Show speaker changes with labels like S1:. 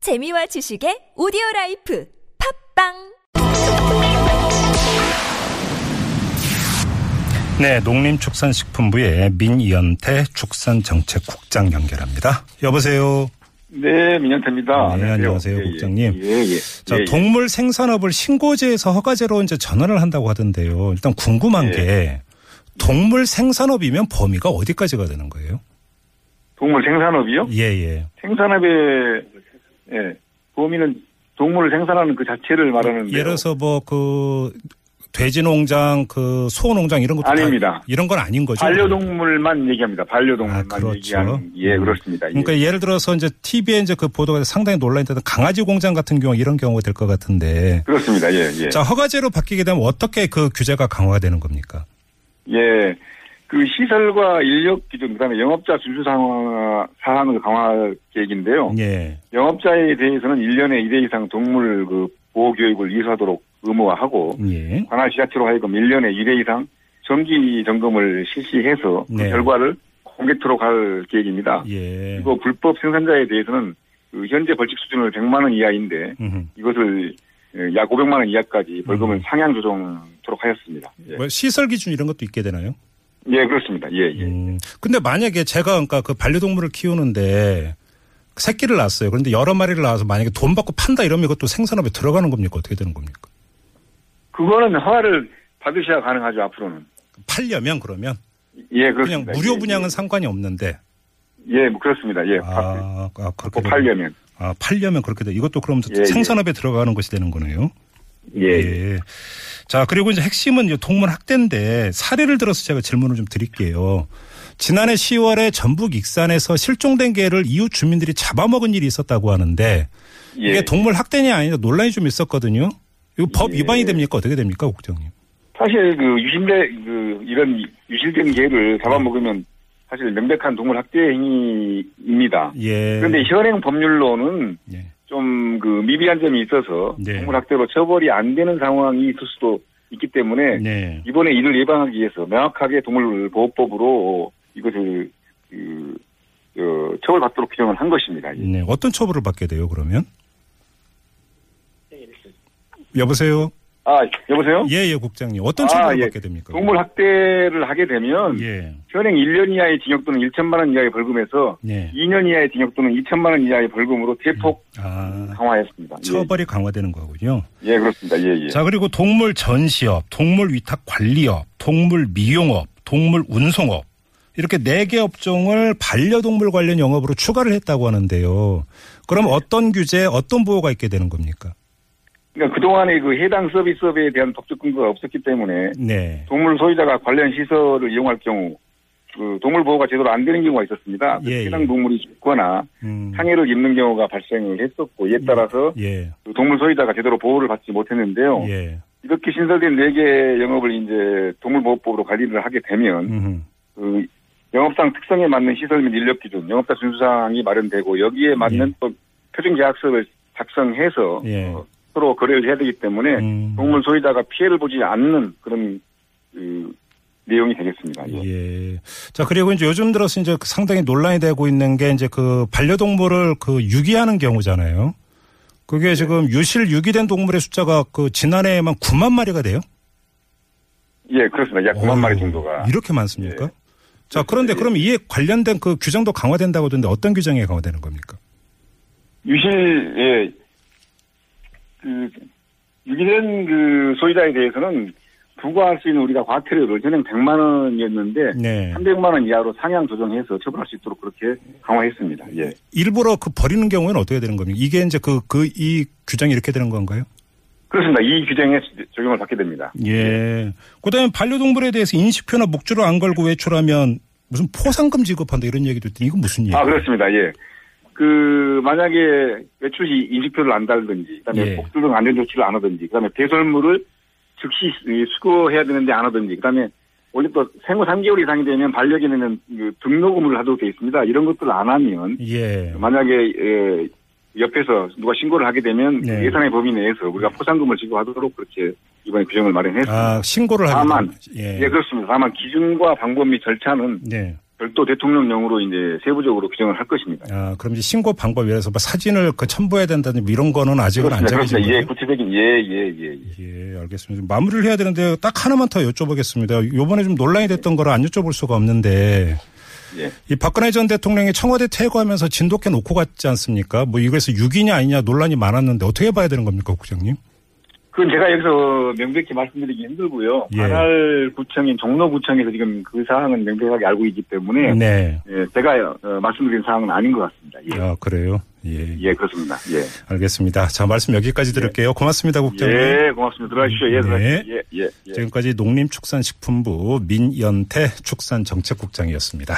S1: 재미와 지식의 오디오 라이프 팝빵
S2: 네, 농림축산식품부의 민이연태 축산정책국장 연결합니다. 여보세요.
S3: 네, 민영태입니다.
S2: 네, 안녕하세요,
S3: 예, 예.
S2: 국장님.
S3: 예, 예.
S2: 자,
S3: 예, 예.
S2: 동물 생산업을 신고제에서 허가제로 이제 전환을 한다고 하던데요. 일단 궁금한
S3: 예.
S2: 게 동물 생산업이면 범위가 어디까지가 되는 거예요?
S3: 동물 생산업이요?
S2: 예, 예.
S3: 생산업의 예, 범위는 동물을 생산하는 그 자체를 말하는
S2: 예를 들어서 뭐 그 돼지 농장, 그 소호 농장 이런 것도 다
S3: 아닙니다.
S2: 이런 건 아닌 거죠.
S3: 반려동물만 얘기합니다.
S2: 아,
S3: 반려동물만
S2: 그렇죠.
S3: 얘기하는 예, 그렇습니다. 예.
S2: 그러니까 예를 들어서 이제 TV에 이제 그 보도가 상당히 논란이 됐던 강아지 공장 같은 경우 이런 경우가 될 것 같은데
S3: 그렇습니다. 예, 예.
S2: 자, 허가제로 바뀌게 되면 어떻게 그 규제가 강화가 되는 겁니까?
S3: 예. 그 시설과 인력 기준 그다음에 영업자 준수 상황 사항을 강화 계획인데요.
S2: 예.
S3: 영업자에 대해서는 1년에 1회 이상 동물 그 보호 교육을 이수하도록 의무화하고
S2: 예.
S3: 관할 지자체로 하여금 1년에 1회 이상 정기 점검을 실시해서 그
S2: 네.
S3: 결과를 공개토록 할 계획입니다.
S2: 예.
S3: 그리고 불법 생산자에 대해서는 그 현재 벌칙 수준을 100만 원 이하인데
S2: 음.
S3: 이것을 에, 약 500만 원 이하까지 벌금을
S2: 음.
S3: 상향 조정토록 하였습니다. 예,
S2: 뭐 시설 기준 이런 것도 있게 되나요?
S3: 예, 그렇습니다. 예, 예.
S2: 음. 근데 만약에 제가 그러니까 그 반려동물을 키우는데 새끼를 낳았어요. 그런데 여러 마리를 낳아서 만약에 돈 받고 판다 이러면 이것도 생산업에 들어가는 겁니까? 어떻게 되는 겁니까?
S3: 그거는 허가를 받으셔야 가능하죠 앞으로는.
S2: 팔려면 그러면
S3: 예,
S2: 그냥
S3: 그렇습니다.
S2: 무료
S3: 예,
S2: 분양은
S3: 예.
S2: 상관이 없는데
S3: 예, 뭐 그렇습니다. 예, 받-
S2: 아, 아 그렇게
S3: 뭐
S2: 되면-
S3: 팔려면
S2: 아 팔려면 그렇게 돼. 이것도 그럼
S3: 예, 예.
S2: 생산업에 들어가는 것이 되는 거네요.
S3: 예, 예.
S2: 예. 자, 그리고 이제 핵심은 이제 동물 학대인데 사례를 들어서 제가 질문을 좀 드릴게요. 지난해 10월에 전북 익산에서 실종된 개를 이웃 주민들이 잡아먹은 일이 있었다고 하는데
S3: 예.
S2: 이게 동물 학대냐 아니냐 논란이 좀 있었거든요. 이거 법
S3: 예.
S2: 위반이 됩니까? 어떻게 됩니까, 국장님?
S3: 사실 그 유실대 그 이런 유실된 개를 잡아먹으면 사실 명백한 동물 학대 행위입니다.
S2: 예.
S3: 그런데 현행 법률로는
S2: 예.
S3: 좀 그 미비한 점이 있어서
S2: 네.
S3: 동물 학대로 처벌이 안 되는 상황이 있을 수도 있기 때문에
S2: 네.
S3: 이번에 이를 예방하기 위해서 명확하게 동물 보호법으로 이것을 그 어, 처벌받도록 규정을 한 것입니다. 예.
S2: 네. 어떤 처벌을 받게 돼요, 그러면? 여보세요?
S3: 아 여보세요?
S2: 예, 예, 국장님. 어떤
S3: 아,
S2: 처벌을
S3: 예.
S2: 받게 됩니까?
S3: 동물 학대를 하게 되면
S2: 예.
S3: 현행 1년 이하의 징역 또는 1천만 원 이하의 벌금에서
S2: 예.
S3: 2년 이하의 징역 또는 2천만 원 이하의 벌금으로 대폭
S2: 아,
S3: 강화했습니다. 예,
S2: 처벌이 강화되는 거군요.
S3: 예, 그렇습니다. 예, 예.
S2: 자, 그리고 동물 전시업, 동물 위탁 관리업, 동물 미용업, 동물 운송업. 이렇게 네 개 업종을 반려동물 관련 영업으로 추가를 했다고 하는데요. 그럼 어떤 규제, 어떤 보호가 있게 되는 겁니까?
S3: 그러니까 그동안에 그 해당 서비스업에 대한 법적 근거가 없었기 때문에
S2: 네.
S3: 동물 소유자가 관련 시설을 이용할 경우 그 동물 보호가 제대로 안 되는 경우가 있었습니다.
S2: 예, 예.
S3: 해당 동물이 죽거나
S2: 음,
S3: 상해를 입는 경우가 발생을 했었고 이에 따라서
S2: 예.
S3: 그 동물 소유자가 제대로 보호를 받지 못했는데요.
S2: 예.
S3: 이렇게 신설된 4개의 영업을 이제 동물보호법으로 관리를 하게 되면
S2: 음,
S3: 그 영업상 특성에 맞는 시설 및 인력 기준, 영업자 준수사항이 마련되고 여기에 맞는 또 표준 계약서를 작성해서
S2: 예.
S3: 어, 서로 거래를 해야 되기 때문에
S2: 음.
S3: 네. 동물 소유자가 피해를 보지 않는 그런 그 내용이 되겠습니다. 예.
S2: 예. 자, 그리고 이제 요즘 들어서 이제 상당히 논란이 되고 있는 게 이제 그 반려동물을 그 유기하는 경우잖아요.
S3: 예.
S2: 그게 지금 유실 유기된 동물의 숫자가 그 지난해에만 9만 마리가 돼요?
S3: 예, 그렇습니다. 약 9만
S2: 어우,
S3: 마리 정도가.
S2: 이렇게 많습니까?
S3: 예.
S2: 자, 그런데
S3: 예.
S2: 그럼 이에 관련된 그 규정도 강화된다고 하던데 어떤 규정이 강화되는 겁니까?
S3: 유실 예. 그 유기된 그 소유자에 대해서는 부과할 수 있는 우리가 과태료를 현행 100만 원이었는데
S2: 네.
S3: 300만 원 이하로 상향 조정해서 처벌할 수 있도록 그렇게 강화했습니다. 예.
S2: 일부러 그 버리는 경우에는 어떻게 되는 겁니까? 이게 이제 그, 그, 이 규정이 이렇게 되는 건가요?
S3: 그렇습니다. 이 규정에 적용을 받게 됩니다.
S2: 예. 그 다음에 반려동물에 대해서 인식표나 목줄을 안 걸고 외출하면 무슨 포상금 지급한다 이런 얘기도 있더니 이건 무슨 얘기예요?
S3: 아, 그렇습니다. 예. 그, 만약에 외출 시 인식표를 안 달든지, 그 다음에
S2: 예.
S3: 복수 등 안전조치를 안 하든지, 그 다음에 배설물을 즉시 이 수거해야 되는데 안 하든지, 그 다음에 원래 또 생후 3개월 이상이 되면 반려견에는 그 등록금을 하도록 돼 있습니다. 이런 것들을 안 하면,
S2: 예.
S3: 만약에, 예, 옆에서 누가 신고를 하게 되면 그
S2: 네.
S3: 예산의 범위 내에서 우리가 포상금을 지급하도록 그렇게 이번에 규정을 마련했습니다.
S2: 아, 신고를 하면.
S3: 다만, 그
S2: 예.
S3: 예, 그렇습니다. 다만 기준과 방법 및 절차는
S2: 네.
S3: 별도 대통령령으로 이제 세부적으로 규정을 할 것입니다.
S2: 아, 그럼 이제 신고 방법 위해서 뭐 사진을 그 첨부해야 된다든지 이런 거는 아직은 안
S3: 그렇습니다.
S2: 정해진
S3: 그렇습니다.
S2: 거예요.
S3: 예, 구체적인 예예예 예, 예.
S2: 예, 알겠습니다. 마무리를 해야 되는데 딱 하나만 더 여쭤보겠습니다. 요번에 좀 논란이 됐던 거를 안 여쭤볼 수가 없는데
S3: 예.
S2: 이 박근혜 전 대통령이 청와대 퇴거하면서 진돗개 놓고 갔지 않습니까? 뭐 이거에서 유기냐 아니냐 논란이 많았는데 어떻게 봐야 되는 겁니까, 국장님?
S3: 그건 제가 여기서 명백히 말씀드리기 힘들고요.
S2: 예.
S3: 관할 구청인 종로구청에서 지금 그 사항은 명백하게 알고 있기 때문에
S2: 네.
S3: 예, 제가 어, 말씀드린 사항은 아닌 것 같습니다. 예,
S2: 아, 그래요. 예.
S3: 예 그렇습니다. 예,
S2: 알겠습니다. 자, 말씀 여기까지 들을게요. 고맙습니다, 국장님.
S3: 예 고맙습니다. 들어가십시오. 예,
S2: 네.
S3: 들어가십시오. 예, 예, 예.
S2: 지금까지 농림축산식품부 민연태 축산정책국장이었습니다.